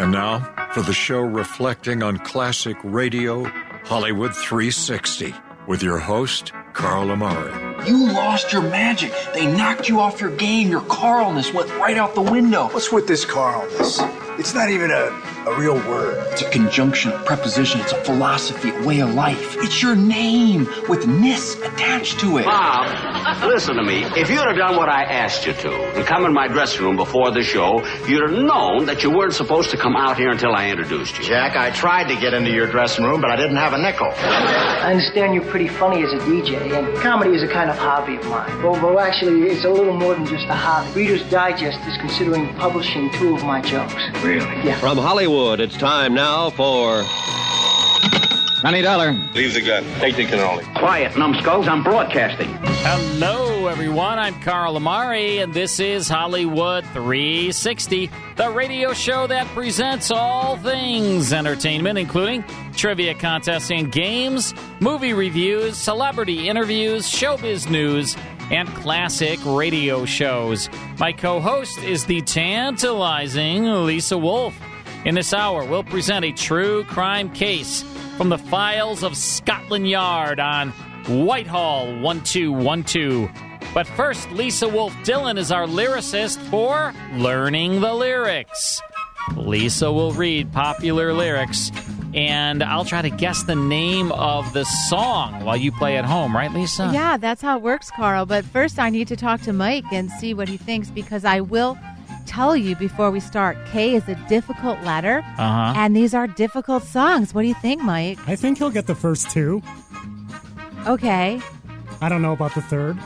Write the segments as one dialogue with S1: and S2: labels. S1: And now for the show reflecting on classic radio, Hollywood 360, with your host, Carl Amari.
S2: You lost your magic. They knocked you off your game. Your Carlness went right out the window.
S3: What's with this Carlness? It's not even a, a real word.
S2: It's a conjunction, a preposition, it's a philosophy, a way of life. It's your name with ness attached to it.
S4: Bob, listen to me. If you'd have done what I asked you to and come in my dressing room before the show, you'd have known that you weren't supposed to come out here until I introduced you.
S5: Jack, I tried to get into your dressing room, but I didn't have a nickel.
S6: I understand you're pretty funny as a DJ, and comedy is a kind of hobby of mine. Well, well, actually, it's a little more than just a hobby. Reader's Digest is considering publishing two of my jokes.
S5: Really?
S6: Yeah.
S7: From Hollywood, it's time now for. Money Dollar.
S8: Leave the gun. Take the cannoli.
S4: Quiet, numbskulls. I'm broadcasting.
S9: Hello, everyone. I'm Carl Amari, and this is Hollywood 360, the radio show that presents all things entertainment, including trivia contests and games, movie reviews, celebrity interviews, showbiz news, and classic radio shows. My co host is the tantalizing Lisa Wolf. In this hour, we'll present a true crime case from the files of Scotland Yard on Whitehall 1212. But first, Lisa Wolf Dillon is our lyricist for Learning the Lyrics. Lisa will read popular lyrics, and I'll try to guess the name of the song while you play at home, right, Lisa?
S10: Yeah, that's how it works, Carl. But first, I need to talk to Mike and see what he thinks because I will tell you before we start K is a difficult letter,
S9: Uh huh.
S10: and these are difficult songs. What do you think, Mike?
S11: I think he'll get the first two.
S10: Okay.
S11: I don't know about the third.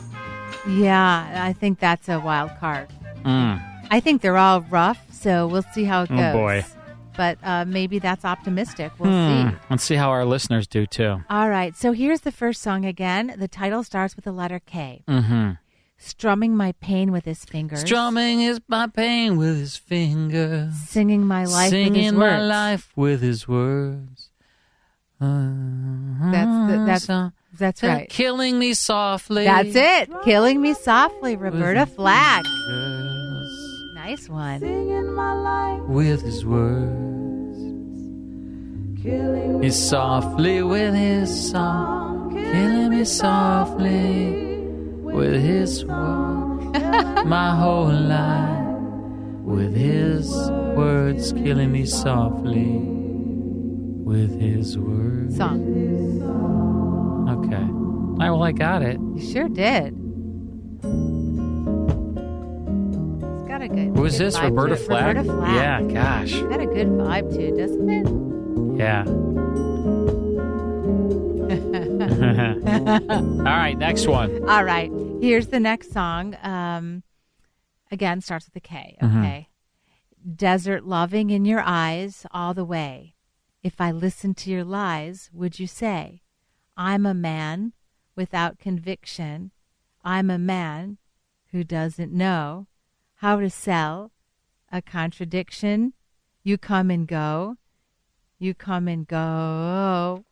S10: Yeah, I think that's a wild card.
S9: Mm.
S10: I think they're all rough, so we'll see how it
S9: Oh,
S10: goes.
S9: boy. Hmm.
S10: But uh, maybe that's optimistic. We'll see.
S9: Let's see how our listeners do, too.
S10: All right, so here's the first song again. The title starts with the letter K.
S9: Mm-hmm.
S10: Strumming my pain with his fingers.
S9: Strumming is my pain with his finger.
S10: Singing my life with his
S9: Singing my
S10: words.
S9: life with his words. Uh-huh.
S10: That's the, that's that's
S9: They're
S10: right.
S9: Mm, Killing me softly.
S10: That's it. Killing me softly, Roberta Flack.
S9: Yes,
S10: Nice one.
S9: With his words. Killing me softly with his song. Killing me softly with his words. My whole life with his words. Killing me softly with his words.
S10: Song.
S9: Okay. All right, well, I got it.
S10: You sure did. It's got a good.
S9: Who is
S10: good
S9: this?
S10: vibe to
S9: Roberta
S10: it.
S9: Flack?
S10: Roberta Flack.
S9: Yeah, gosh.
S10: Got a good vibe too, doesn't it?
S9: Yeah. All right, next one.
S10: All right. Here's the next song. Um, again, starts with a K.
S9: Mm-hmm.
S10: Okay. Desert loving in your eyes all the way. If I listened to your lies, would you say, I'm a man without conviction? I'm a man who doesn't know how to sell a contradiction. You come and go. You come and go.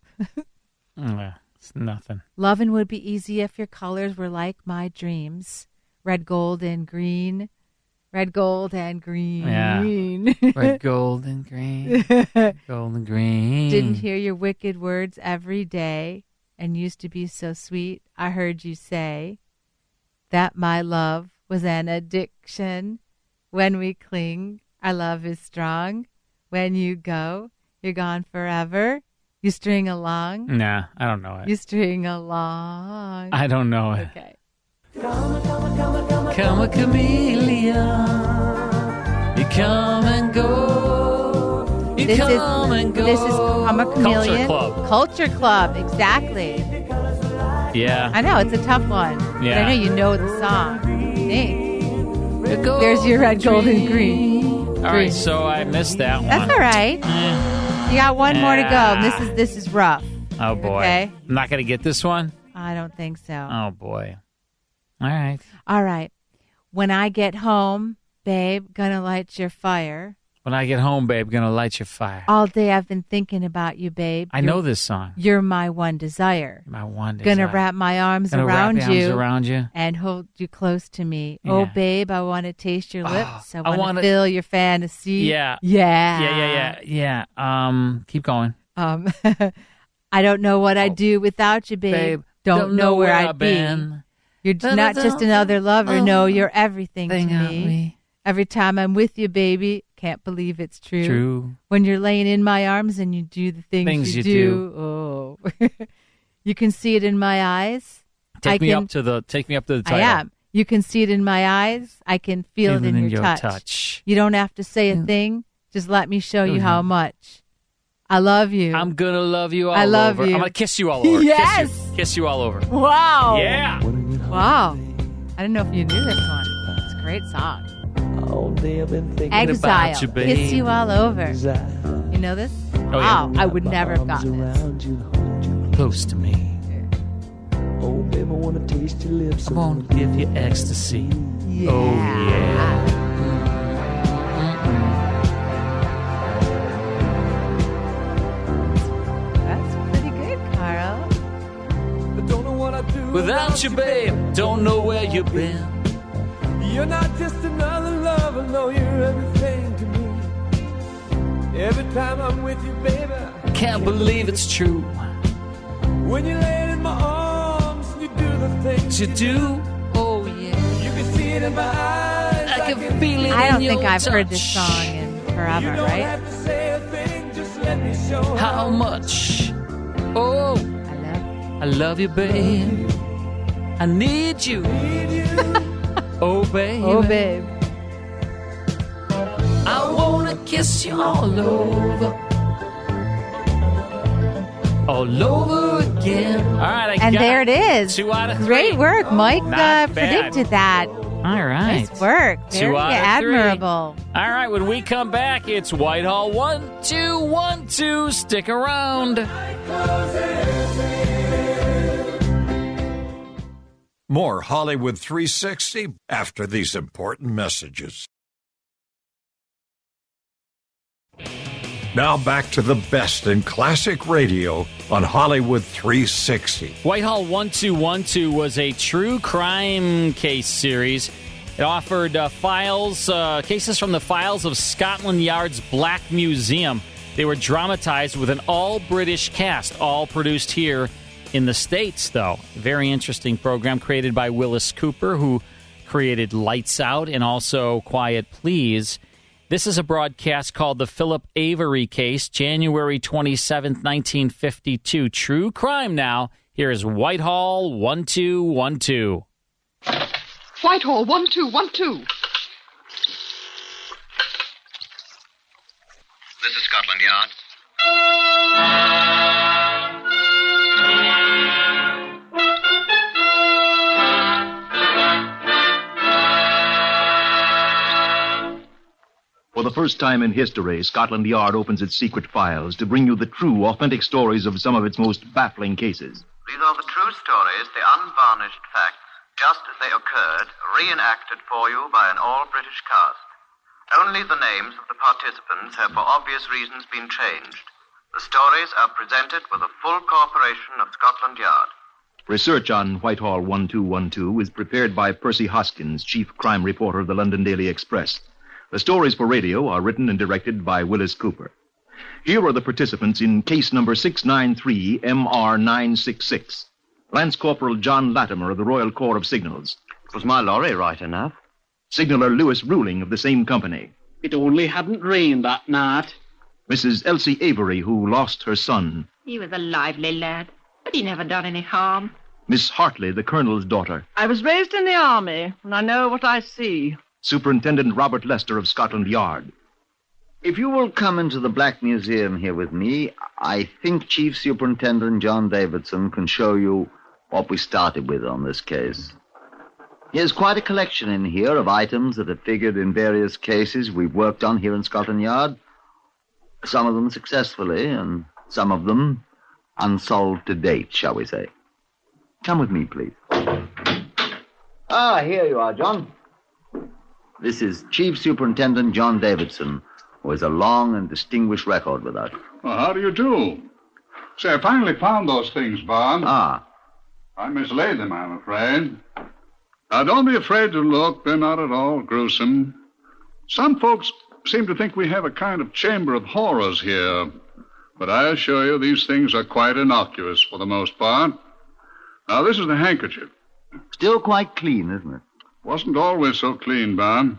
S9: Mm, It's nothing.
S10: Lovin' would be easy if your colors were like my dreams red, gold, and green. Red, gold, and green.
S9: Red, gold, and green. Gold and green.
S10: Didn't hear your wicked words every day and used to be so sweet. I heard you say that my love was an addiction. When we cling, our love is strong. When you go, you're gone forever. You string along.
S9: Nah, I don't know it.
S10: You string along.
S9: I don't know it.
S10: okay.
S9: Come a chameleon. You come and go. You
S10: This is
S9: come and go.
S10: this is I'm a
S9: Culture
S10: chameleon.
S9: Club.
S10: Culture Club, exactly.
S9: Yeah.
S10: I know it's a tough one. But
S9: Yeah.
S10: I know you know the song. I think.
S9: There's
S10: There's your red, gold, and green.
S9: All right, so I missed that one.
S10: That's all right.
S9: Eh,
S10: You got one more to go. This
S9: Ah.
S10: is this is rough.
S9: Oh, boy.
S10: Okay.
S9: I'm not going to get this one?
S10: I don't think so.
S9: Oh, boy. All right.
S10: All right. When I get home, babe, gonna light your fire.
S9: When I get home, babe, gonna light your fire.
S10: All day I've been thinking about you, babe.
S9: I
S10: You're-
S9: know this song.
S10: You're my one desire.
S9: My one
S10: Gonna
S9: desire.
S10: wrap my arms
S9: Gonna wrap
S10: around
S9: the
S10: you.
S9: arms around you.
S10: And hold you close to me.
S9: Yeah. Ah,
S10: Oh, babe, I want to taste your lips. I
S9: I
S10: want to
S9: wanna-
S10: fill your fantasy.
S9: Yeah.
S10: Yeah.
S9: Yeah. Yeah. Yeah. Yeah. Um. Keep going.
S10: Um, I don't know what I'd do without you, babe.
S9: Oh. Babe,
S10: don't,
S9: don't
S10: know,
S9: know
S10: where,
S9: where
S10: I'd
S9: I've been.
S10: be. You're
S9: Don't
S10: not
S9: know-
S10: just another lover. no,
S9: Oh,
S10: you're everything to
S9: thing of
S10: me.
S9: me.
S10: Every time I'm with you, baby, can't believe it's true.
S9: True.
S10: When you're laying in my arms and you do the things,
S9: Things
S10: you,
S9: you
S10: do. Oh, you can see it in my eyes.
S9: Take
S10: I
S9: me
S10: can,
S9: up to the. Take me up to the
S10: I
S9: title.
S10: am. You can see it in my eyes. I can feel it in, your, touch. You don't have to say a thing. Just let me show you how much. I love you.
S9: I'm gonna love you all
S10: I love
S9: over.
S10: you.
S9: I'm gonna kiss you all over.
S10: Yes.
S9: Kiss you, kiss you all over.
S10: Wow.
S9: Yeah.
S10: Wow. I didn't know if you knew this one. It's a great song.
S12: All day I've been thinking
S10: Exile.
S12: about you, babe.
S10: Kiss you all over.
S12: Exile.
S10: You know this?
S12: Oh, yeah.
S10: wow. I would never have
S12: Arms
S10: gotten this.
S12: around you, hold you
S9: close to me.
S12: Oh, babe, I wanna taste your lips.
S9: I wanna give you ecstasy.
S12: Yeah.
S9: Oh yeah.
S10: That's pretty good, Carl.
S12: Don't know what I do
S9: Without you, babe, don't know where you've been.
S12: You're not just another lover, no, you're everything to me. Every time I'm with you, baby,
S9: Can't believe it's true.
S12: when you lay in my arms, you do the things
S9: You do.
S12: Oh yeah, you can see it in my eyes. I can, feel
S10: I don't think I've heard this song in forever,
S12: You don't
S10: right?
S12: have to say a thing, just let me show
S9: How much? Oh, I love you, babe. I need you. oh, babe.
S10: Oh, babe.
S9: I wanna kiss you all over. All over again. All right, I
S10: and
S9: got
S10: there it is.
S9: Two out of three. Oh,
S10: Great work. Mike
S9: Not
S10: uh,
S9: bad.
S10: predicted that.
S9: All right.
S10: Nice work. Very
S9: Two out of three.
S10: admirable.
S9: All right, when we come back, it's Whitehall 1 2 1 2. Stick around.
S1: More Hollywood 360 after these important messages. Now back to the best in classic radio on Hollywood 360.
S9: Whitehall 1212 was a true crime case series. It offered uh, files, uh, cases from the files of Scotland Yard's Black Museum. They were dramatized with an all British cast, all produced here in the States, though. Very interesting program created by Willis Cooper, who created Lights Out and also Quiet Please. This is a broadcast called the Philip Avery Case, January 27th, 1952. True crime now. Here is Whitehall 1212.
S13: Whitehall, one, two, one, two.
S14: This is Scotland Yard.
S15: For the first time in history, Scotland Yard opens its secret files to bring you the true, authentic stories of some of its most baffling cases.
S14: These are the true stories, the unvarnished facts, just as they occurred, reenacted for you by an all British cast. Only the names of the participants have, for obvious reasons, been changed. The stories are presented with a full cooperation of Scotland Yard.
S15: Research on Whitehall 1212 is prepared by Percy Hoskins, chief crime reporter of the London Daily Express. The stories for radio are written and directed by Willis Cooper. Here are the participants in case number 693 MR966. Lance Corporal John Latimer of the Royal Corps of Signals. It was my lorry, right enough. Signaller Lewis Ruling of the same company. It only hadn't rained that night. Mrs. Elsie Avery, who lost her son.
S16: He was a lively lad, but he never done any harm.
S15: Miss Hartley, the colonel's daughter.
S17: I was raised in the army, and I know what I see.
S15: Superintendent Robert Lester of Scotland Yard.
S18: If you will come into the Black Museum here with me, I think Chief Superintendent John Davidson can show you what we started with on this case. Here's quite a collection in here of items that have figured in various cases we've worked on here in Scotland Yard. Some of them successfully, and some of them unsolved to date, shall we say. Come with me, please. Ah, here you are, John. This is Chief Superintendent John Davidson, who has a long and distinguished record with us.
S19: Well, how do you do? Say, I finally found those things, Bob.
S18: Ah.
S19: I mislaid them, I'm afraid. Now, don't be afraid to look. They're not at all gruesome. Some folks seem to think we have a kind of chamber of horrors here. But I assure you, these things are quite innocuous for the most part. Now, this is the handkerchief.
S18: Still quite clean, isn't it?
S19: Wasn't always so clean, Bob.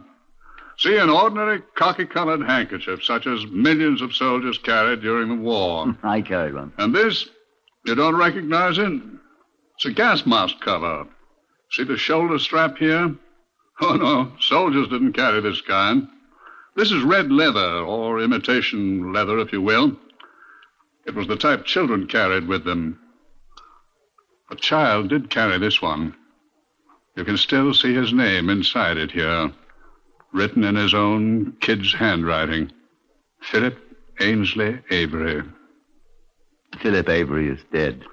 S19: See, an ordinary cocky colored handkerchief, such as millions of soldiers carried during the war.
S18: I carried one.
S19: And this, you don't recognize it? It's a gas mask cover. See the shoulder strap here? Oh, no, soldiers didn't carry this kind. This is red leather, or imitation leather, if you will. It was the type children carried with them. A child did carry this one. You can still see his name inside it here, written in his own kid's handwriting Philip Ainsley Avery.
S18: Philip Avery is dead.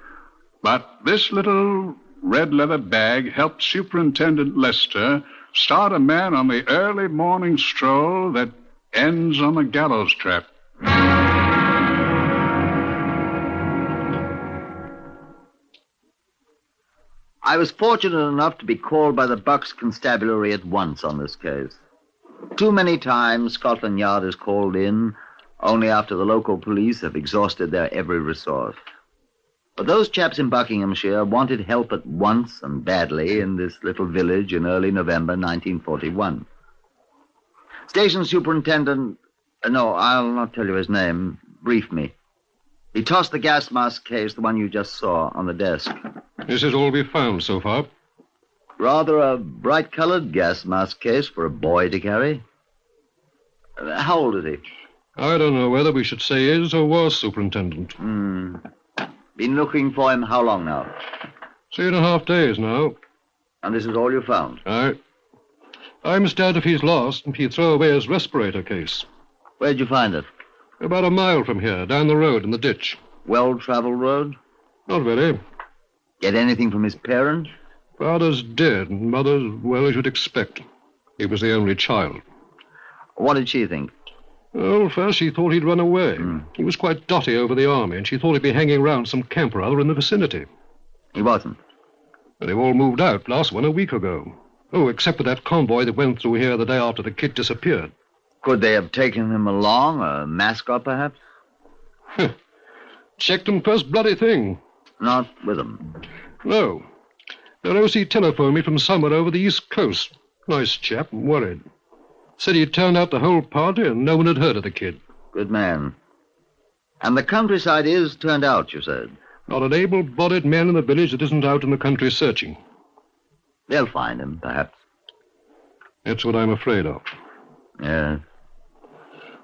S19: But this little red leather bag helped Superintendent Lester start a man on the early morning stroll that ends on the gallows trap.
S18: I was fortunate enough to be called by the Bucks Constabulary at once on this case. Too many times Scotland Yard is called in only after the local police have exhausted their every resource. But those chaps in Buckinghamshire wanted help at once and badly in this little village in early November 1941. Station superintendent, uh, no, I'll not tell you his name, briefed me. He tossed the gas mask case, the one you just saw, on the desk.
S20: This is all we've found so far.
S18: Rather a bright colored gas mask case for a boy to carry. Uh, How old is he?
S20: I don't know whether we should say is or was superintendent.
S18: Hmm. Been looking for him how long now?
S20: Three and a half days now.
S18: And this is all you found?
S20: I. I'm scared if he's lost and he'd throw away his respirator case.
S18: Where'd you find it?
S20: About a mile from here, down the road in the ditch.
S18: Well traveled road?
S20: Not very.
S18: Get anything from his parents?
S20: Father's dead, and mother's well as you'd expect. He was the only child.
S18: What did she think? Hmm.
S20: Well, first she thought he'd run away. He was quite dotty over the army, and she thought he'd be hanging round some camp or other in the vicinity.
S18: He wasn't.
S20: They've all moved out, last one a week ago. Oh, except for that convoy that went through here the day after the kid disappeared.
S18: Could they have taken him along? A mascot, perhaps?
S20: Checked 'em first bloody thing.
S18: Not with them.
S20: No. Their O.C. telephoned me from somewhere over the East Coast. Nice chap, and worried. Said he'd turned out the whole party and no one had heard of the kid.
S18: Good man. And the countryside is turned out, you said.
S20: Not an able bodied man in the village that isn't out in the country searching.
S18: They'll find him, perhaps.
S20: That's what I'm afraid of.
S18: Yeah.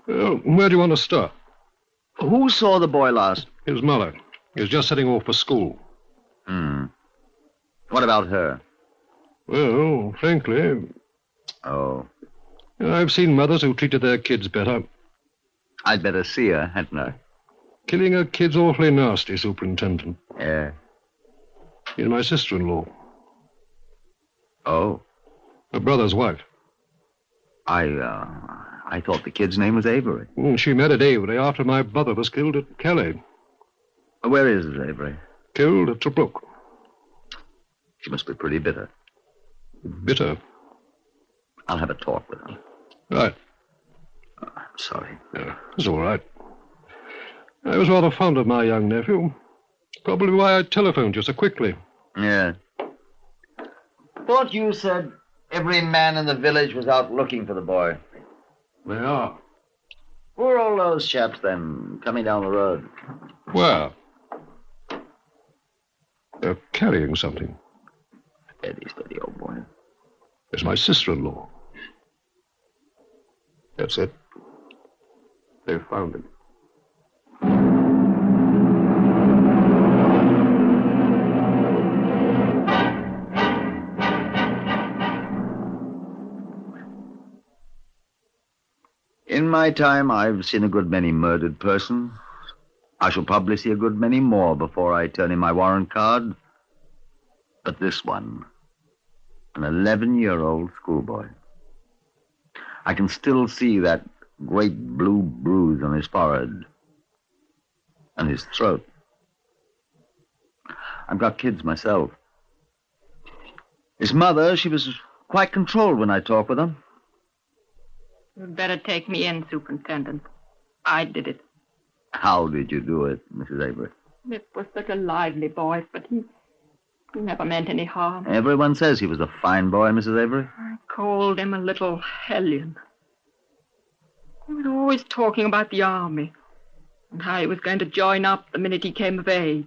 S20: Well, where do you want to start?
S18: Who saw the boy last?
S20: His mother. He's just setting off for school.
S18: Hmm. What about her?
S20: Well, frankly,
S18: Oh,
S20: I've seen mothers who treated their kids better.
S18: I'd better see her, hadn't I?
S20: Killing a kid's awfully nasty, Superintendent.
S18: Yeah.
S20: She's my sister in law,
S18: Oh,
S20: her brother's wife.
S18: I, uh, I thought the kid's name was Avery.
S20: Mm, She married Avery after my brother was killed at Calais.
S18: Where is Avery?
S20: Killed at Tobruk.
S18: She must be pretty bitter.
S20: Bitter.
S18: I'll have a talk with her. Oh,
S20: Right.
S18: I'm sorry.
S20: It's all right. I was rather fond of my young nephew. Probably why I telephoned you so quickly.
S18: Yeah. Thought you said every man in the village was out looking for the boy.
S20: They are.
S18: Who are all those chaps then coming down the road?
S20: Where? They're carrying something.
S18: Steady, steady, old boy.
S20: It's my sister in law. That's it. They've found him.
S18: In my time, I've seen a good many murdered persons. I shall probably see a good many more before I turn in my warrant card. But this one, an 11 year old schoolboy. I can still see that great blue bruise on his forehead and his throat. I've got kids myself. His mother, she was quite controlled when I talked with her.
S16: You'd better take me in, Superintendent. I did it.
S18: How did you do it, Mrs. Avery?
S16: It was such a lively boy, but he, he never meant any harm.
S18: Everyone says he was a fine boy, Mrs. Avery.
S16: I called him a little hellion. He was always talking about the army and how he was going to join up the minute he came of age.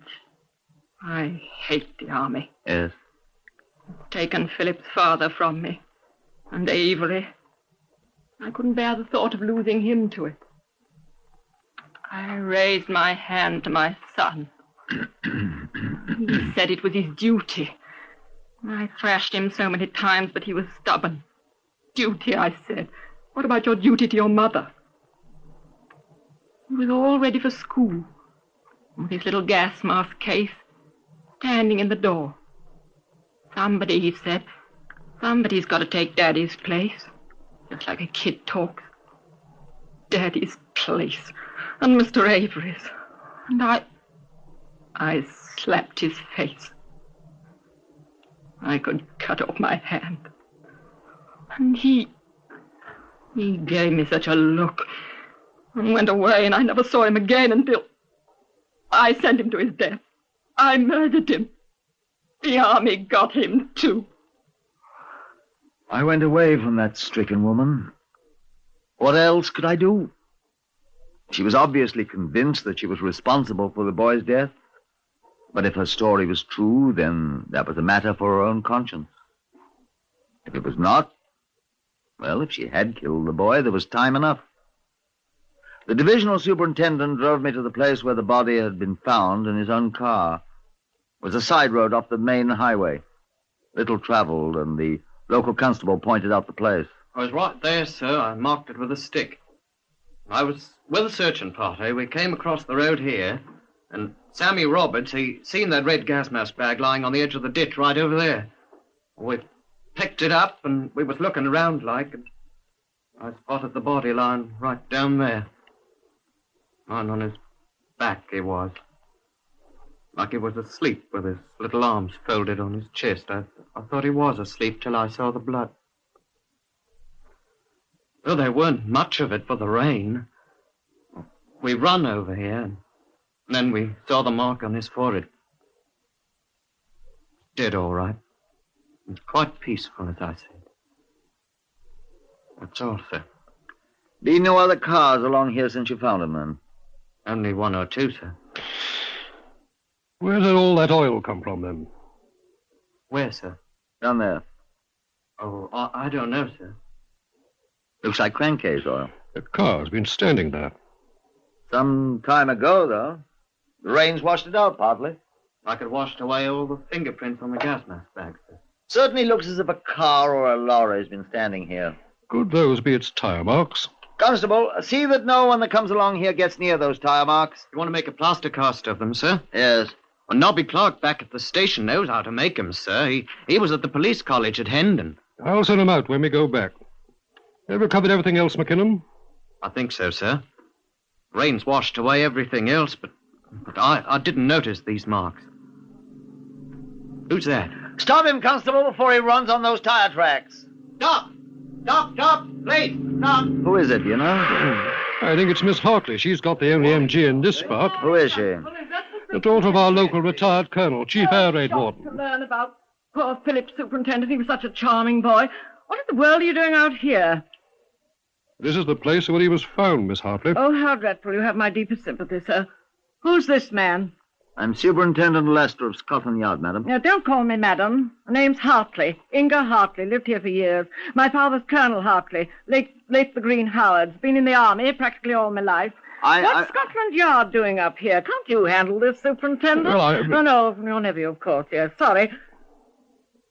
S16: I hate the army.
S18: Yes.
S16: Taken Philip's father from me, and Avery. I couldn't bear the thought of losing him to it. I raised my hand to my son. he said it was his duty. I thrashed him so many times, but he was stubborn. Duty, I said. What about your duty to your mother? He was all ready for school, with his little gas mask case, standing in the door. Somebody, he said, somebody's got to take Daddy's place, just like a kid talks. Daddy's place and Mr. Avery's. And I. I slapped his face. I could cut off my hand. And he. He gave me such a look and went away, and I never saw him again until. I sent him to his death. I murdered him. The army got him, too.
S18: I went away from that stricken woman. What else could I do? She was obviously convinced that she was responsible for the boy's death. But if her story was true, then that was a matter for her own conscience. If it was not, well, if she had killed the boy, there was time enough. The divisional superintendent drove me to the place where the body had been found in his own car. It was a side road off the main highway, little traveled, and the local constable pointed out the place.
S21: I was right there, sir. I marked it with a stick. I was with a searching party. We came across the road here, and Sammy Roberts, he seen that red gas mask bag lying on the edge of the ditch right over there. We picked it up, and we was looking around like, and I spotted the body lying right down there. Lying on his back, he was. Like he was asleep with his little arms folded on his chest. I, I thought he was asleep till I saw the blood. Though Oh, there weren't much of it for the rain. We run over here, and then we saw the mark on his forehead. Dead all right. And quite peaceful, as I said. That's all, sir.
S18: Been no other cars along here since you found him, then?
S21: Only one or two, sir.
S20: Where did all that oil come from, then?
S21: Where, sir?
S18: Down there.
S21: Oh, I, I don't know, sir.
S18: Looks like crankcase oil.
S20: The car's been standing there.
S18: Some time ago, though. The rain's washed it out partly.
S21: Like it washed away all the fingerprints on the gas mask bag, sir.
S18: Certainly looks as if a car or a lorry's been standing here.
S20: Could those be its tire marks?
S18: Constable, see that no one that comes along here gets near those tire marks.
S21: You want to make a plaster cast of them, sir?
S18: Yes.
S21: Well, Nobby Clark back at the station knows how to make 'em, sir. He, he was at the police college at Hendon.
S20: I'll send them out when we go back. Have you covered everything else, McKinnon?
S21: I think so, sir. Rain's washed away everything else, but, but I, I didn't notice these marks. Who's that?
S18: Stop him, Constable, before he runs on those tire tracks.
S5: Stop! Stop, stop! Please, stop!
S18: Who is it, you know?
S20: Hmm. I think it's Miss Hartley. She's got the only MG in this spot.
S18: Who is she?
S20: The daughter of our local retired colonel, Chief Air Raid Warden.
S17: To learn about poor Philip, Superintendent. He was such a charming boy. What in the world are you doing out here?
S20: This is the place where he was found, Miss Hartley.
S17: Oh, how dreadful. You have my deepest sympathy, sir. Who's this man?
S18: I'm Superintendent Lester of Scotland Yard, madam.
S17: Now, don't call me madam. Her name's Hartley. Inga Hartley. Lived here for years. My father's Colonel Hartley. Late, late the Green Howard's. Been in the army practically all my life.
S18: I-
S17: What's
S18: I-
S17: Scotland Yard doing up here? Can't you handle this, Superintendent?
S20: Well, I-
S17: Oh, no, your nephew, of course, yes. Sorry.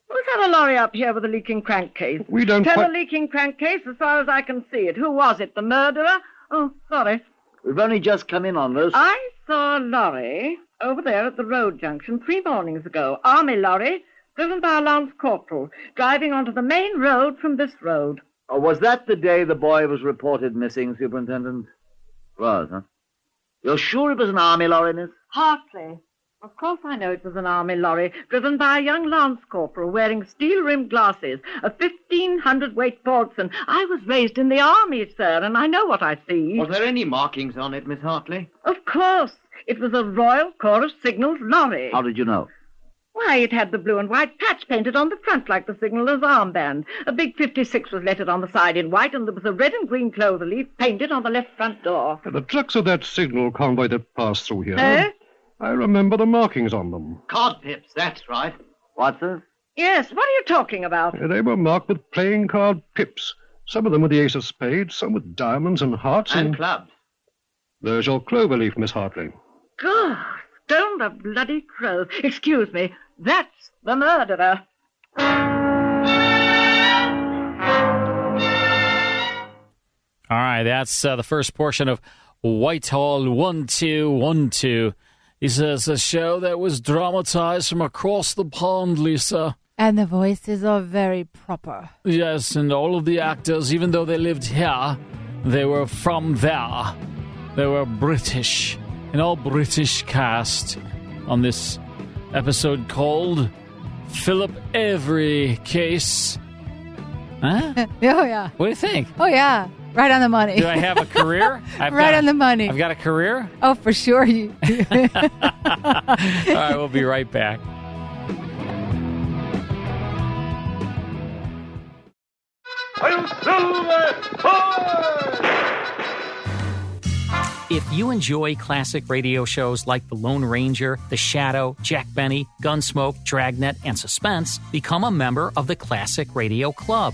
S17: Who's had a lorry up here with a leaking crankcase?
S20: We don't
S17: Tell
S20: quite-
S17: a leaking crankcase as far as I can see it. Who was it? The murderer? Oh, sorry.
S18: We've only just come in on this.
S17: I saw a lorry over there at the road junction three mornings ago. Army lorry, driven by a lance corporal, driving onto the main road from this road.
S18: Oh, was that the day the boy was reported missing, Superintendent? Was, huh? You're sure it was an army lorry, miss?
S17: Hartley. Of course I know it was an army lorry driven by a young lance corporal wearing steel-rimmed glasses, a 1,500 weight Portson. I was raised in the army, sir, and I know what I see.
S21: Was there any markings on it, Miss Hartley?
S17: Of course. It was a Royal Corps of Signals lorry.
S18: How did you know?
S17: Why, it had the blue and white patch painted on the front like the signaller's armband. A big 56 was lettered on the side in white, and there was a red and green clover leaf painted on the left front door.
S20: The trucks of that signal convoy that passed through here.
S17: Eh?
S20: I remember the markings on them.
S21: Cod pips, that's right.
S18: What's this?
S17: Yes, what are you talking about?
S20: They were marked with playing card pips. Some of them with the ace of spades, some with diamonds and hearts.
S21: And clubs.
S20: There's your clover leaf, Miss Hartley.
S17: God, stone the bloody crow. Excuse me, that's the murderer.
S9: All right, that's uh, the first portion of Whitehall 1212. He says, a show that was dramatized from across the pond, Lisa.
S10: And the voices are very proper.
S9: Yes, and all of the actors, even though they lived here, they were from there. They were British, an all British cast on this episode called Philip Every Case. Huh?
S10: oh, yeah.
S9: What do you think?
S10: Oh, yeah. Right on the money.
S9: Do I have a career? I've
S10: right
S9: got,
S10: on the money.
S9: I've got a career?
S10: Oh, for sure. You.
S9: All right, we'll be right back.
S3: If you enjoy classic radio shows like The Lone Ranger, The Shadow, Jack Benny, Gunsmoke, Dragnet, and Suspense, become a member of the Classic Radio Club.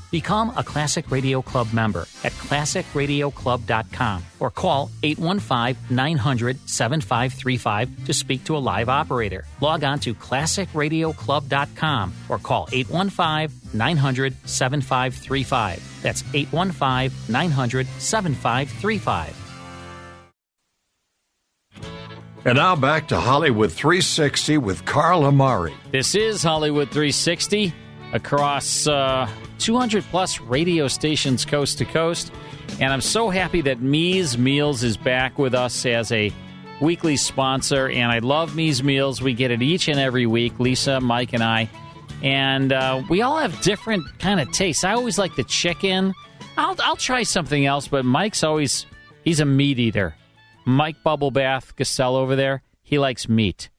S3: Become a Classic Radio Club member at classicradioclub.com or call 815 900 7535 to speak to a live operator. Log on to classicradioclub.com or call 815 900 7535. That's 815 900 7535.
S1: And now back to Hollywood 360 with Carl Amari.
S9: This is Hollywood 360 across uh, 200 plus radio stations coast to coast. And I'm so happy that Mies Meals is back with us as a weekly sponsor. And I love Mies Meals. We get it each and every week, Lisa, Mike, and I. And uh, we all have different kind of tastes. I always like the chicken. I'll, I'll try something else, but Mike's always, he's a meat eater. Mike Bubblebath Gasell over there, he likes meat.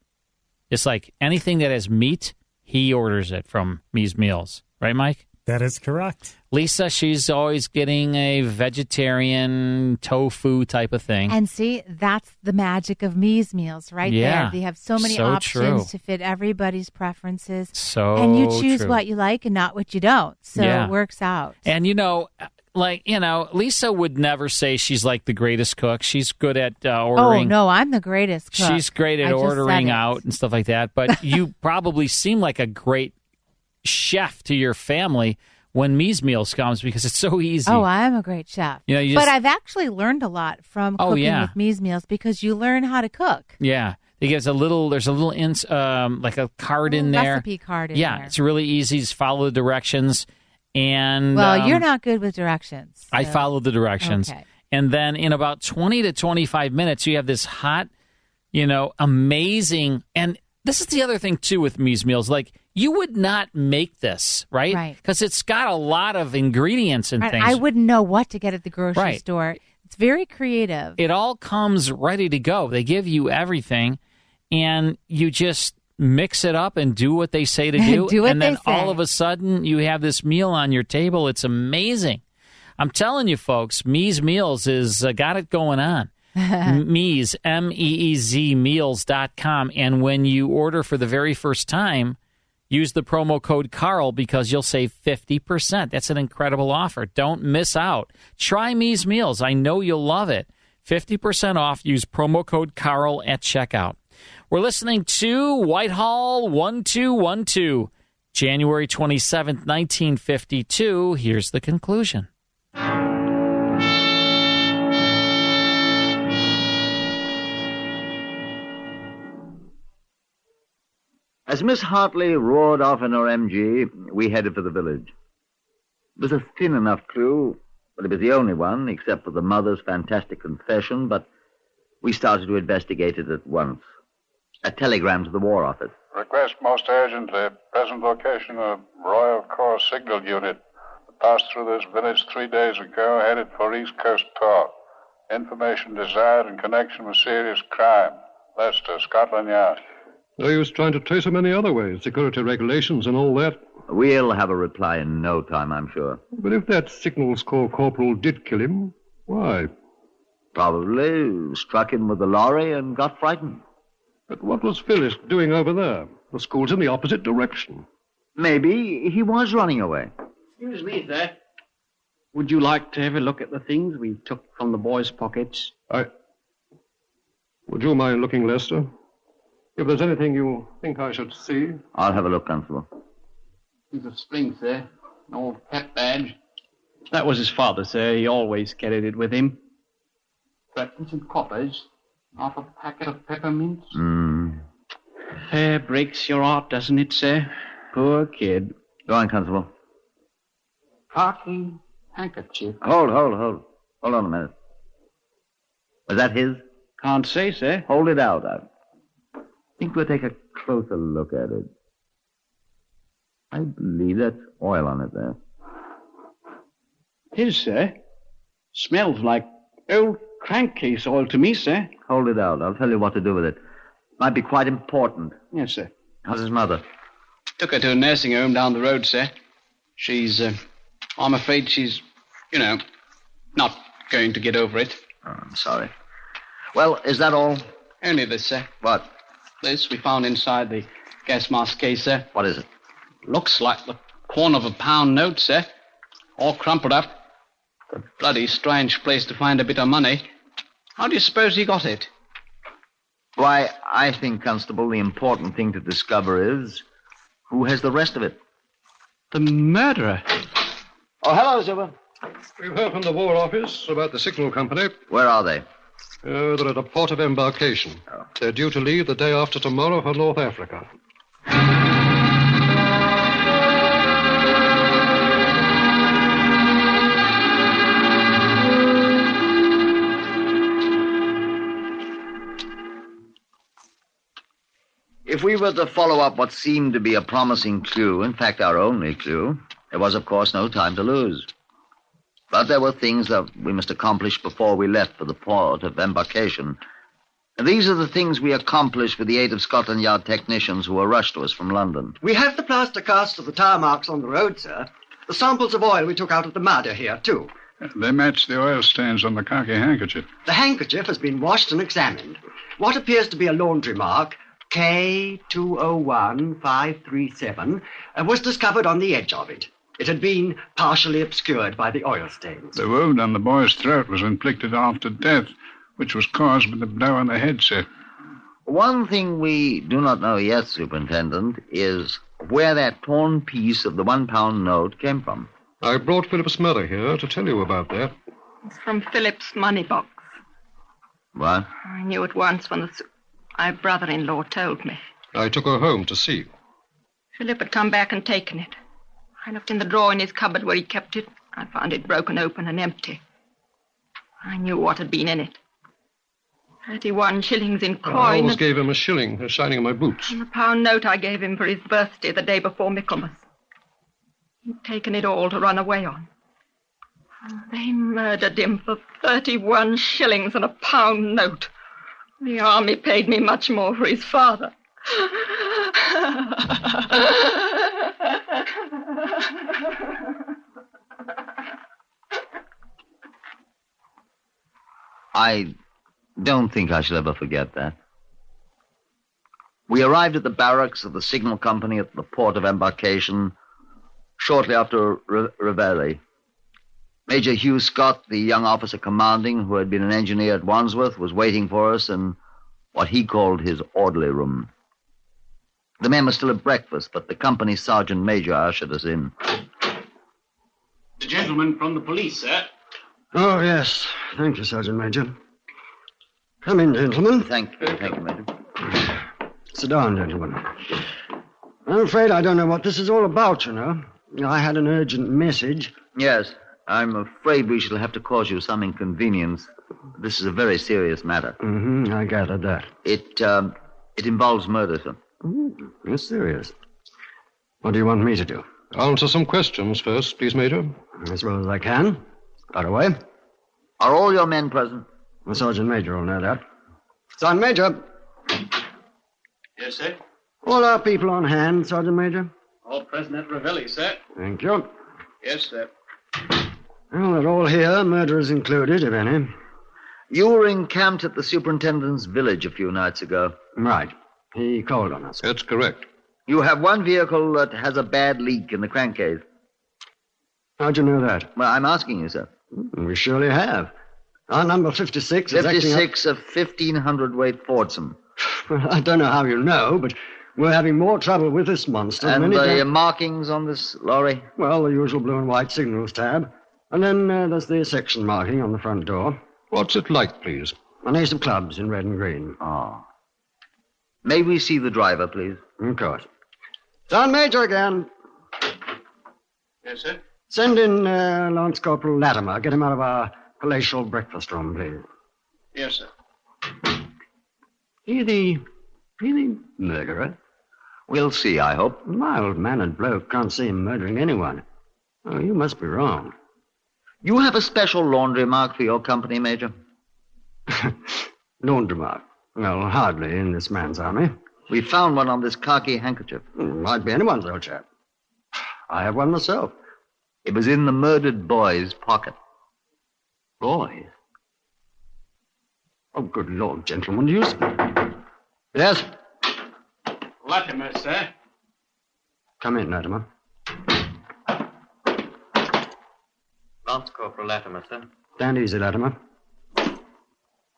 S9: It's like anything that has meat, he orders it from Me's Meals. Right, Mike?
S11: That is correct.
S9: Lisa, she's always getting a vegetarian tofu type of thing.
S10: And see, that's the magic of Me's Meals right
S9: Yeah.
S10: there. They have so many
S9: So
S10: options
S9: true.
S10: to fit everybody's preferences.
S9: So
S10: and you choose
S9: true.
S10: what you like and not what you don't. So
S9: Yeah.
S10: it works out.
S9: And you know, like you know, Lisa would never say she's like the greatest cook. She's good at uh,
S10: Oh,
S9: ordering.
S10: no, I'm the greatest cook.
S9: She's great
S10: I
S9: at
S10: just said
S9: ordering
S10: it.
S9: out and stuff like that. But you probably seem like a great chef to your family when Me's Meals comes because it's so easy.
S10: Oh, I am a great chef.
S9: You know, you
S10: but
S9: just-
S10: I've actually learned a lot from
S9: Oh,
S10: cooking
S9: yeah.
S10: with Me's Meals because you learn how to cook.
S9: Yeah. It gives a little, there's a little, ins, um, like a card in there.
S10: Recipe card in
S9: yeah,
S10: there.
S9: it's really easy. Just follow the directions. And
S10: Well,
S9: um,
S10: you're not good with directions.
S9: I followed the directions.
S10: Okay.
S9: And then in about 20 to 25 minutes, you have this hot, you know, amazing. And this is the other thing, too, with Mies Meals. Like, you would not make this, right?
S10: Right.
S9: Because it's got a lot of ingredients and
S10: Right,
S9: things.
S10: I wouldn't know what to get at the grocery
S9: Right.
S10: store. It's very creative.
S9: it all comes ready to go. They give you everything, and you just mix it up and do what they say to do.
S10: Do what
S9: and then
S10: they say.
S9: all of a sudden, you have this meal on your table. It's amazing. I'm telling you, folks, Me's Meals is uh, got it going on. Me's, M E E Z meals.com. And when you order for the very first time, use the promo code Carl because you'll save 50%. That's an incredible offer. Don't miss out. Try Me's Meals. I know you'll love it. 50% off. Use promo code Carl at checkout. We're listening to Whitehall 1212, January 27th, 1952. Here's the conclusion.
S18: As Miss Hartley roared off in her MG, we headed for the village. It was a thin enough clue, but it was the only one, except for the mother's fantastic confession, but we started to investigate it at once. A telegram to the War Office.
S19: Request most urgently present location of Royal Corps Signal Unit. Passed through this village three days ago, headed for East Coast Port. Information desired in connection with serious crime. Leicester, Scotland Yard.
S20: No use trying to trace him any other way. Security regulations and all that.
S18: We'll have a reply in no time, I'm sure.
S20: But if that signals corps corporal did kill him, why?
S18: Probably struck him with the lorry and got frightened.
S20: But what was Phyllis doing over there? The school's in the opposite direction.
S18: Maybe he was running away.
S6: Excuse me, sir. Would you like to have a look at the things we took from the boys' pockets?
S20: I. Would you mind looking, Lester? If there's anything you think I should see.
S18: I'll have a look, Constable.
S6: He's a string, sir. An old cap badge. That was his father, sir. He always carried it with him. Threepence and coppers. Half a packet of peppermints.
S18: Mm.
S6: Fair breaks your heart, doesn't it, sir? Poor kid.
S18: Go on, Constable.
S6: Parking handkerchief.
S18: Hold, hold, hold. Hold on a minute. Was that his?
S6: Can't say, sir.
S18: Hold it out. I think we'll take a closer look at it. I believe that's oil on it there.
S6: His, sir. Smells like old crankcase oil to me, sir.
S18: Hold it out. I'll tell you what to do with it. Might be quite important.
S6: Yes, sir.
S18: How's his mother?
S6: Took her to a nursing home down the road, sir. She's, uh, I'm afraid she's, you know, not going to get over it.
S18: Oh, I'm sorry. Well, is that all?
S6: Only this, sir.
S18: What?
S6: This we found inside the gas mask case, sir.
S18: What is it?
S6: Looks like the corner of a pound note, sir. All crumpled up. A bloody strange place to find a bit of money. How do you suppose he got it?
S18: Why, I think, uh, Constable, the important thing to discover is who has the rest of it.
S6: The murderer.
S18: Oh, hello, Zimmer.
S20: We've heard from the War Office about the signal company.
S18: Where are they?
S20: Oh, they're at a port of embarkation. Oh. They're due to leave the day after tomorrow for North Africa.
S18: If we were to follow up what seemed to be a promising clue, in fact, our only clue, there was, of course, no time to lose. But there were things that we must accomplish before we left for the port of embarkation. And these are the things we accomplished with the aid of Scotland Yard technicians who were rushed to us from London.
S22: We have the plaster casts of the tire marks on the road, sir. The samples of oil we took out of the mud are here, too.
S19: They match the oil stains on the khaki handkerchief.
S22: The handkerchief has been washed and examined. What appears to be a laundry mark, K201537, uh, was discovered on the edge of it. It had been partially obscured by the oil stains.
S19: The wound on the boy's throat was inflicted after death, which was caused by the blow on the head, sir.
S18: One thing we do not know yet, Superintendent, is where that torn piece of the one pound note came from.
S20: I brought Philip's mother here to tell you about that.
S16: It's from Philip's money box.
S18: What?
S16: I knew at once when the, my brother in law told me.
S20: I took her home to see.
S16: Philip had come back and taken it. I looked in the drawer in his cupboard where he kept it. I found it broken open and empty. I knew what had been in it. Thirty-one shillings
S20: Oh,
S16: in coin. I
S20: always gave him a shilling for shining in my boots.
S16: And the pound note I gave him for his birthday the day before Michaelmas. He'd taken it all to run away on. And they murdered him for thirty-one shillings and a pound note. The army paid me much more for his father.
S18: I don't think I shall ever forget that. We arrived at the barracks of the signal company at the port of embarkation shortly after Re- Reveille. Major Hugh Scott, the young officer commanding, who had been an engineer at Wandsworth, was waiting for us in what he called his orderly room. The men were still at breakfast, but the company sergeant major ushered us in.
S6: The gentleman from the police, sir.
S22: Oh, yes. Thank you, Sergeant Major. Come in, gentlemen.
S18: Thank you. Thank you, Major.
S22: Sit down, gentlemen. I'm afraid I don't know what this is all about, you know. I had an urgent message.
S18: Yes, I'm afraid we shall have to cause you some inconvenience. This is a very serious matter.
S22: Mm-hmm, I gathered that.
S18: It, um, it involves murder, sir.
S22: Mm, it's serious. What do you want me to do?
S20: Answer some questions first, please, Major.
S22: As well as I can. By the way,
S18: are all your men present?
S22: The Sergeant Major will know that. Sergeant Major.
S6: Yes, sir.
S22: All our people on hand, Sergeant Major.
S6: All present at Ravelli, sir.
S22: Thank you.
S6: Yes, sir.
S22: Well, they're all here, murderers included, if any.
S18: You were encamped at the superintendent's village a few nights ago.
S22: Right. He called on us.
S20: That's correct.
S18: You have one vehicle that has a bad leak in the crankcase.
S22: How'd you know that?
S18: Well, I'm asking you, sir.
S22: We surely have. Our number 56 is
S18: 56 of 1500 weight Fordson.
S22: Well, I don't know how you know, but we're having more trouble with this monster
S18: and
S22: than
S18: the
S22: anything.
S18: markings on this lorry?
S22: Well, the usual blue and white signals tab. And then uh, there's the section marking on the front door.
S20: What's it like, please?
S22: An ace of clubs in red and green.
S18: Ah. May we see the driver, please?
S22: Of course. John Major again.
S6: Yes, sir.
S22: Send in uh, Lance Corporal Latimer. Get him out of our palatial breakfast room, please.
S6: Yes, sir.
S22: He the, he the murderer?
S18: We'll see, I hope.
S22: Mild mannered bloke can't see him murdering anyone. Oh, you must be wrong.
S18: You have a special laundry mark for your company, Major?
S22: laundry mark? Well, hardly in this man's army.
S18: We found one on this khaki handkerchief.
S22: Mm, might be anyone's, old chap. I have one myself.
S18: It was in the murdered boy's pocket.
S22: Boy? Oh, good Lord, gentlemen, you.
S18: Yes?
S6: Latimer, sir.
S22: Come in, Latimer.
S21: Lance Corporal Latimer, sir.
S22: Stand easy, Latimer.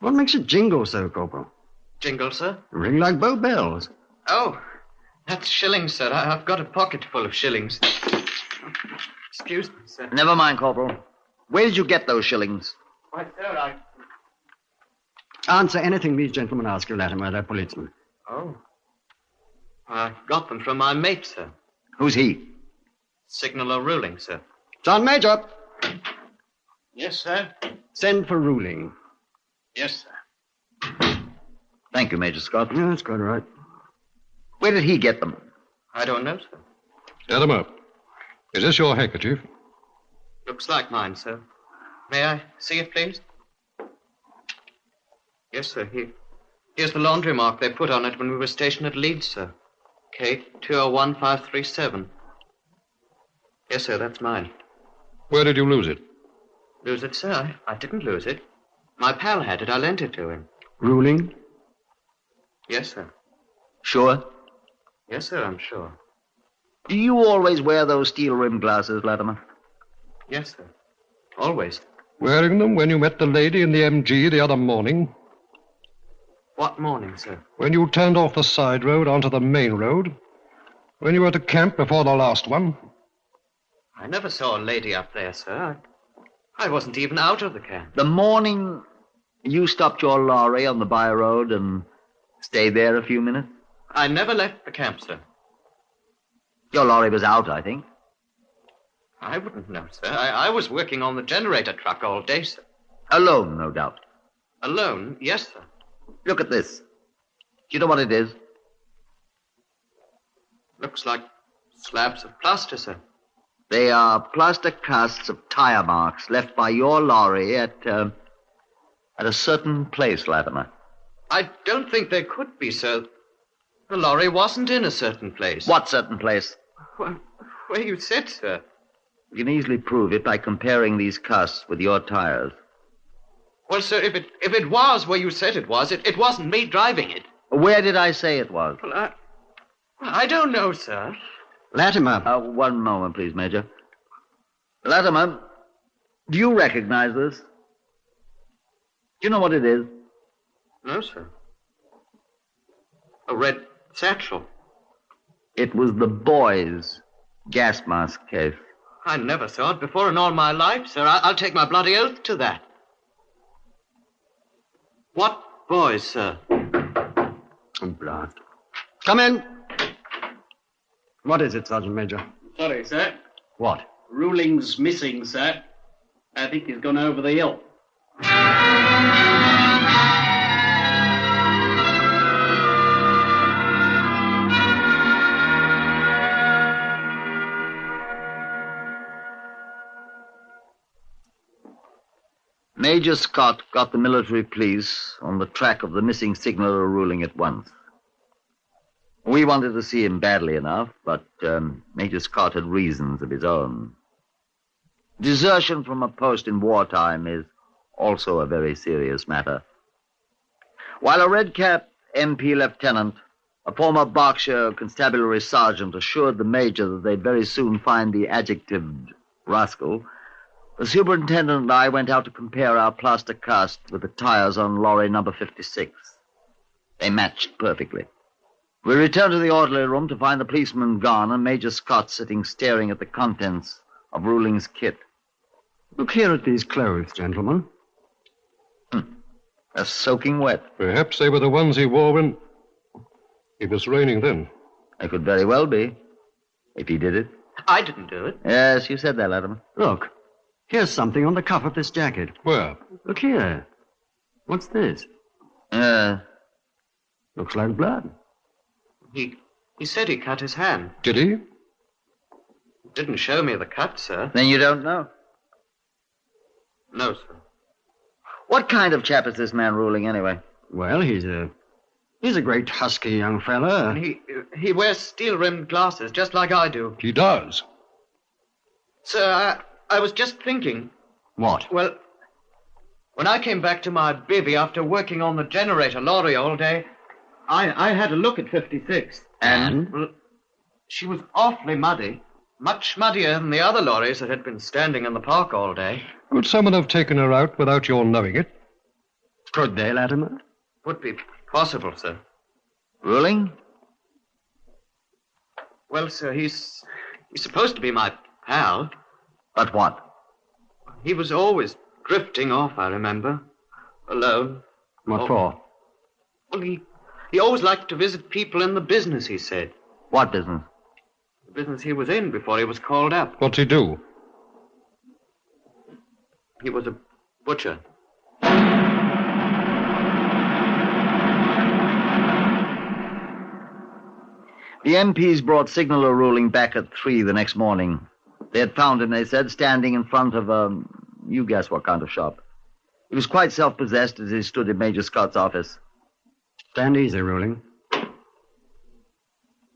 S22: What makes it jingle so, Corporal?
S21: Jingle, sir?
S22: Ring like bow bells.
S21: Oh, that's shillings, sir. I, have got a pocket full of shillings. Excuse me, sir.
S18: Never mind, Corporal. Where did you get those shillings?
S21: Why, sir, I.
S22: Answer anything these gentlemen ask you, Latimer, that policeman.
S21: Oh. I got them from my mate, sir.
S18: Who's he?
S21: Signaler Ruling, sir.
S22: John Major.
S6: Yes, sir.
S22: Send for Ruling.
S6: Yes, sir.
S18: Thank you, Major Scott.
S22: Yeah, that's quite right.
S18: Where did he get them?
S21: I don't know, sir.
S20: Set them up. Is this your handkerchief?
S21: Looks like mine, sir. May I see it, please? Yes, sir. Here. Here's the laundry mark they put on it when we were stationed at Leeds, sir. K201537. Yes, sir, that's mine.
S20: Where did you lose it?
S21: Lose it, sir? I didn't lose it. My pal had it. I lent it to him.
S22: Ruling?
S21: Yes, sir.
S18: Sure?
S21: Yes, sir, I'm sure.
S18: Do you always wear those steel rimmed glasses, Latimer?
S21: Yes, sir. Always.
S20: Wearing them when you met the lady in the MG the other morning?
S21: What morning, sir?
S20: When you turned off the side road onto the main road? When you were at camp before the last one?
S21: I never saw a lady up there, sir. I... I wasn't even out of the camp.
S18: The morning you stopped your lorry on the by road and stayed there a few minutes?
S21: I never left the camp, sir.
S18: Your lorry was out, I think.
S21: I wouldn't know, sir. I, I was working on the generator truck all day, sir.
S18: Alone, no doubt.
S21: Alone? Yes, sir.
S18: Look at this. Do you know what it is?
S21: Looks like slabs of plaster, sir.
S18: They are plaster casts of tire marks left by your lorry at uh, at a certain place, Latimer.
S21: I don't think they could be, sir. The lorry wasn't in a certain place.
S18: What certain place?
S21: Where, where you said, sir.
S18: You can easily prove it by comparing these casts with your tires.
S21: Well, sir, if it if it was where you said it was, it, it wasn't me driving it.
S18: Where did I say it was?
S21: Well, I, I don't know, sir.
S22: Latimer.
S18: Uh, one moment, please, Major. Latimer, Do you recognize this? Do you know what it is?
S21: No, sir. A red satchel.
S18: It was the boy's gas mask case.
S21: I never saw it before in all my life, sir. I- I'll take my bloody oath to that. What boys, sir?
S22: Oh, Blood. Come in. What is it, Sergeant Major?
S6: Sorry, sir.
S22: What?
S6: Ruling's missing, sir. I think he's gone over the hill.
S18: Major Scott got the military police on the track of the missing signaler ruling at once. We wanted to see him badly enough, but um, Major Scott had reasons of his own. Desertion from a post in wartime is also a very serious matter. While a red cap MP lieutenant, a former Berkshire constabulary sergeant, assured the major that they'd very soon find the adjectived rascal, the superintendent and I went out to compare our plaster cast with the tires on lorry number 56. They matched perfectly. We returned to the orderly room to find the policeman gone and Major Scott sitting staring at the contents of Ruling's kit.
S22: Look here at these clothes, gentlemen.
S18: They're soaking wet.
S20: Perhaps they were the ones he wore when it was raining then.
S18: They could very well be, if he did it.
S21: I didn't do it.
S18: Yes, you said that, Latimer.
S22: Look. Here's something on the cuff of this jacket.
S20: Where?
S22: Look here. What's this?
S18: Uh.
S22: Looks like blood.
S21: He, he said he cut his hand.
S20: Did he?
S21: Didn't show me the cut, sir.
S18: Then you don't know.
S21: No, sir.
S18: What kind of chap is this man ruling, anyway?
S22: Well, he's a. He's a great husky young fella.
S21: He, he wears steel rimmed glasses, just like I do.
S20: He does.
S21: Sir, I, I was just thinking.
S22: What?
S21: Well, when I came back to my bivvy after working on the generator lorry all day, I, I had a look at 56.
S18: And?
S21: Well, she was awfully muddy. Much muddier than the other lorries that had been standing in the park all day.
S20: Could someone have taken her out without your knowing it?
S22: Could they, Latimer?
S21: Would be possible, sir.
S18: Ruling?
S21: Well, sir, he's he's supposed to be my pal.
S18: But what?
S21: He was always drifting off, I remember. Alone.
S22: What
S21: Oh.
S22: for?
S21: Well, he, he always liked to visit people in the business, he said.
S18: What business?
S21: The business he was in before he was called up.
S20: What'd he do?
S21: He was a butcher.
S18: The MPs brought signaler ruling back at three the next morning. They had found him, they said, standing in front of a. You guess what kind of shop. He was quite self possessed as he stood in Major Scott's office.
S22: Stand easy, Ruling.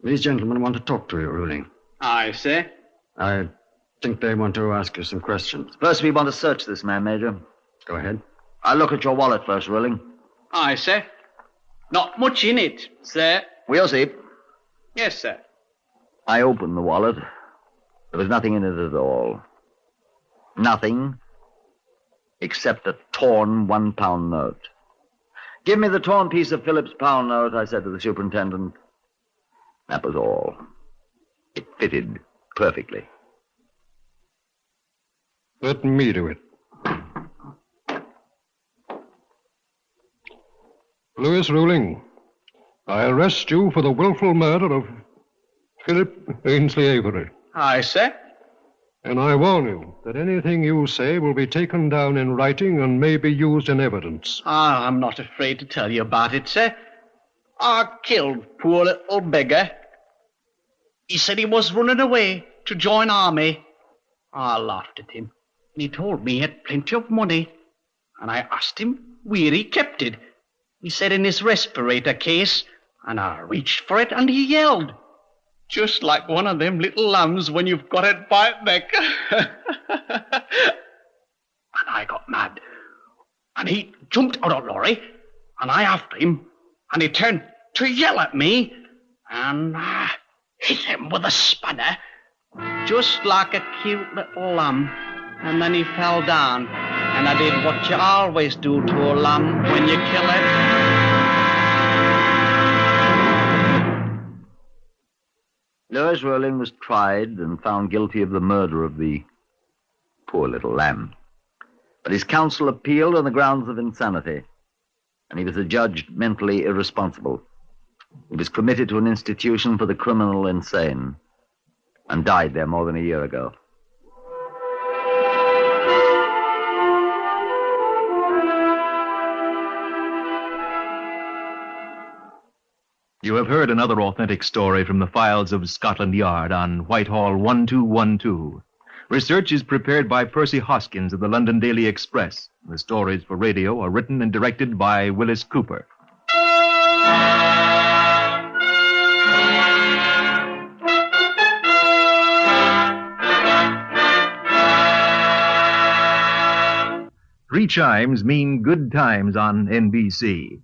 S22: These gentlemen want to talk to you, Ruling.
S6: I sir.
S22: I think they want to ask you some questions.
S18: First, we want to search this man, Major.
S22: Go ahead.
S18: I'll look at your wallet first, Ruling.
S6: I sir. Not much in it, sir.
S18: We'll see.
S6: Yes, sir.
S18: I opened the wallet. There was nothing in it at all. Nothing except a torn one pound note. Give me the torn piece of Phillips' pound note, I said to the superintendent. That was all. It fitted perfectly.
S20: Let me do it. Lewis Ruling, I arrest you for the willful murder of Philip Ainsley Avery.
S6: I sir.
S20: And I warn you that anything you say will be taken down in writing and may be used in evidence.
S6: Ah, I'm not afraid to tell you about it, sir. I killed poor little beggar. He said he was running away to join army. I laughed at him, and he told me he had plenty of money. And I asked him where he kept it. He said in his respirator case, and I reached for it and he yelled. Just like one of them little lambs when you've got it by its neck. and I got mad and he jumped out of lorry, and I after him, and he turned to yell at me, and I hit him with a spanner, just like a cute little lamb. And then he fell down. And I did what you always do to a lamb when you kill it.
S18: Lewis Rowling was tried and found guilty of the murder of the poor little lamb. But his counsel appealed on the grounds of insanity, and he was adjudged mentally irresponsible. He was committed to an institution for the criminal insane and died there more than a year ago.
S15: You have heard another authentic story from the files of Scotland Yard on Whitehall 1212. Research is prepared by Percy Hoskins of the London Daily Express. The stories for radio are written and directed by Willis Cooper. Three chimes mean good times on NBC.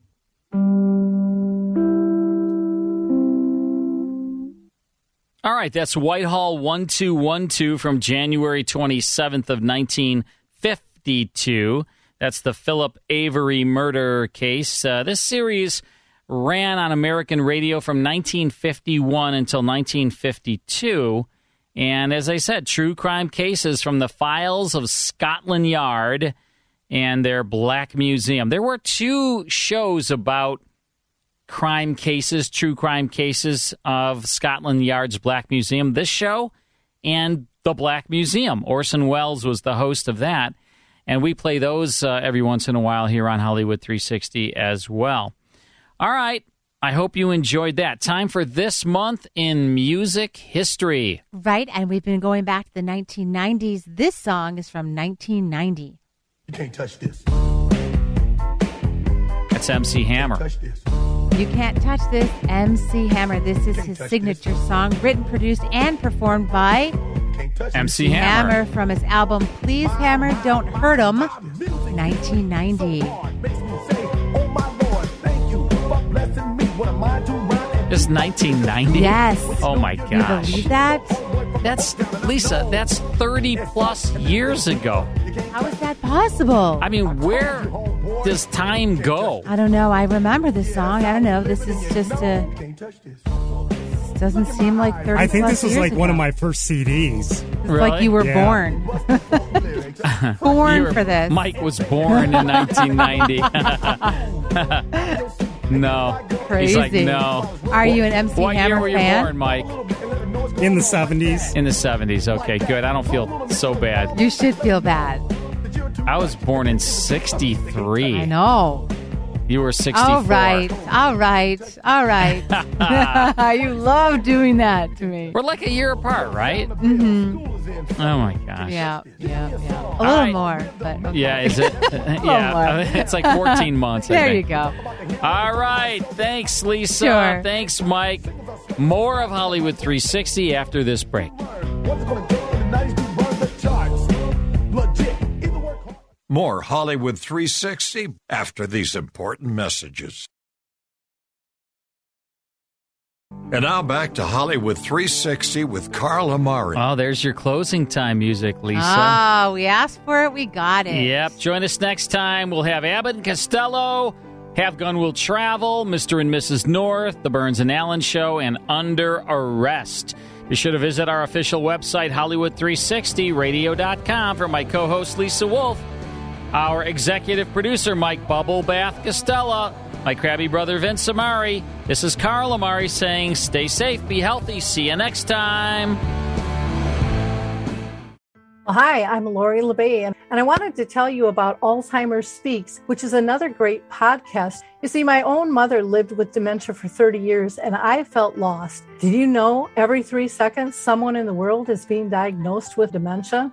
S9: All right, that's Whitehall 1212 from January 27th of 1952. That's the Philip Avery murder case. Uh, this series ran on American radio from 1951 until 1952. And as I said, true crime cases from the files of Scotland Yard and their Black Museum. There were two shows about crime cases, true crime cases of Scotland Yard's Black Museum, this show, and The Black Museum. Orson Welles was the host of that. And we play those uh, every once in a while here on Hollywood 360 as well. All right. I hope you enjoyed that. Time for this month in music history.
S10: Right, and we've been going back to the 1990s. This song is from 1990.
S7: You can't touch this.
S9: That's MC Hammer.
S10: You Can't Touch This, MC Hammer. This is his signature song, written, produced, and performed by
S9: MC Hammer.
S10: from his album Please Hammer, Don't Hurt 'em, 1990.
S9: This is 1990.
S10: Yes.
S9: Oh my
S10: Can you
S9: gosh.
S10: believe that?
S9: That's, Lisa, that's 30 plus years ago.
S10: How is that possible?
S9: I mean, where does time go?
S10: I don't know. I remember this song. I don't know. This is just a. Doesn't seem like 30
S11: I think
S10: plus
S11: this was
S10: years
S11: like one of
S10: ago.
S11: my first CDs.
S10: It's Like you were
S11: Yeah.
S10: born. born
S9: You're-
S10: for this.
S9: Mike was born in 1990. no. He's like,
S10: Crazy.
S9: no.
S10: Are you an MC
S9: what
S10: Hammer
S9: year were you
S10: fan?
S9: born, Mike? In the 70s. In the 70s. Okay, good. I don't feel so bad.
S10: You should feel bad.
S9: I was born in 63.
S10: I know.
S9: You were 64.
S10: All right. All right. All right. you love doing that to me.
S9: We're like a year apart, right?
S10: hmm
S9: Oh my gosh.
S10: Yeah. Yeah. Yeah. A
S9: All
S10: little
S9: right.
S10: more, but okay.
S9: Yeah, is it?
S10: little
S9: yeah,
S10: more.
S9: it's like 14 months. I
S10: uh, there
S9: think.
S10: you go.
S9: All right. Thanks, Lisa.
S10: Sure.
S9: Thanks, Mike. More of Hollywood 360 after this break.
S1: More Hollywood 360 after these important messages. And now back to Hollywood 360 with Carl Amari.
S9: Oh, there's your closing time music, Lisa.
S10: Ah, we asked for it. We got it.
S9: Yep. Join us next time. We'll have Abbott and Costello, Have Gun Will Travel, Mr. and Mrs. North, The Burns and Allen Show, and Under Arrest. Be sure to visit our official website, Hollywood360radio.com, for my co host, Lisa Wolf, our executive producer, Mike Bubblebath Costella, my crabby brother, Vince Amari. This is Carl Amari saying, stay safe, be healthy, see you next time.
S8: Well, Hi, I'm Lori LeBay, and, and I wanted to tell you about Alzheimer's Speaks, which is another great podcast. You see, my own mother lived with dementia for 30 years, and I felt lost. Did you know every three seconds someone in the world is being diagnosed with dementia?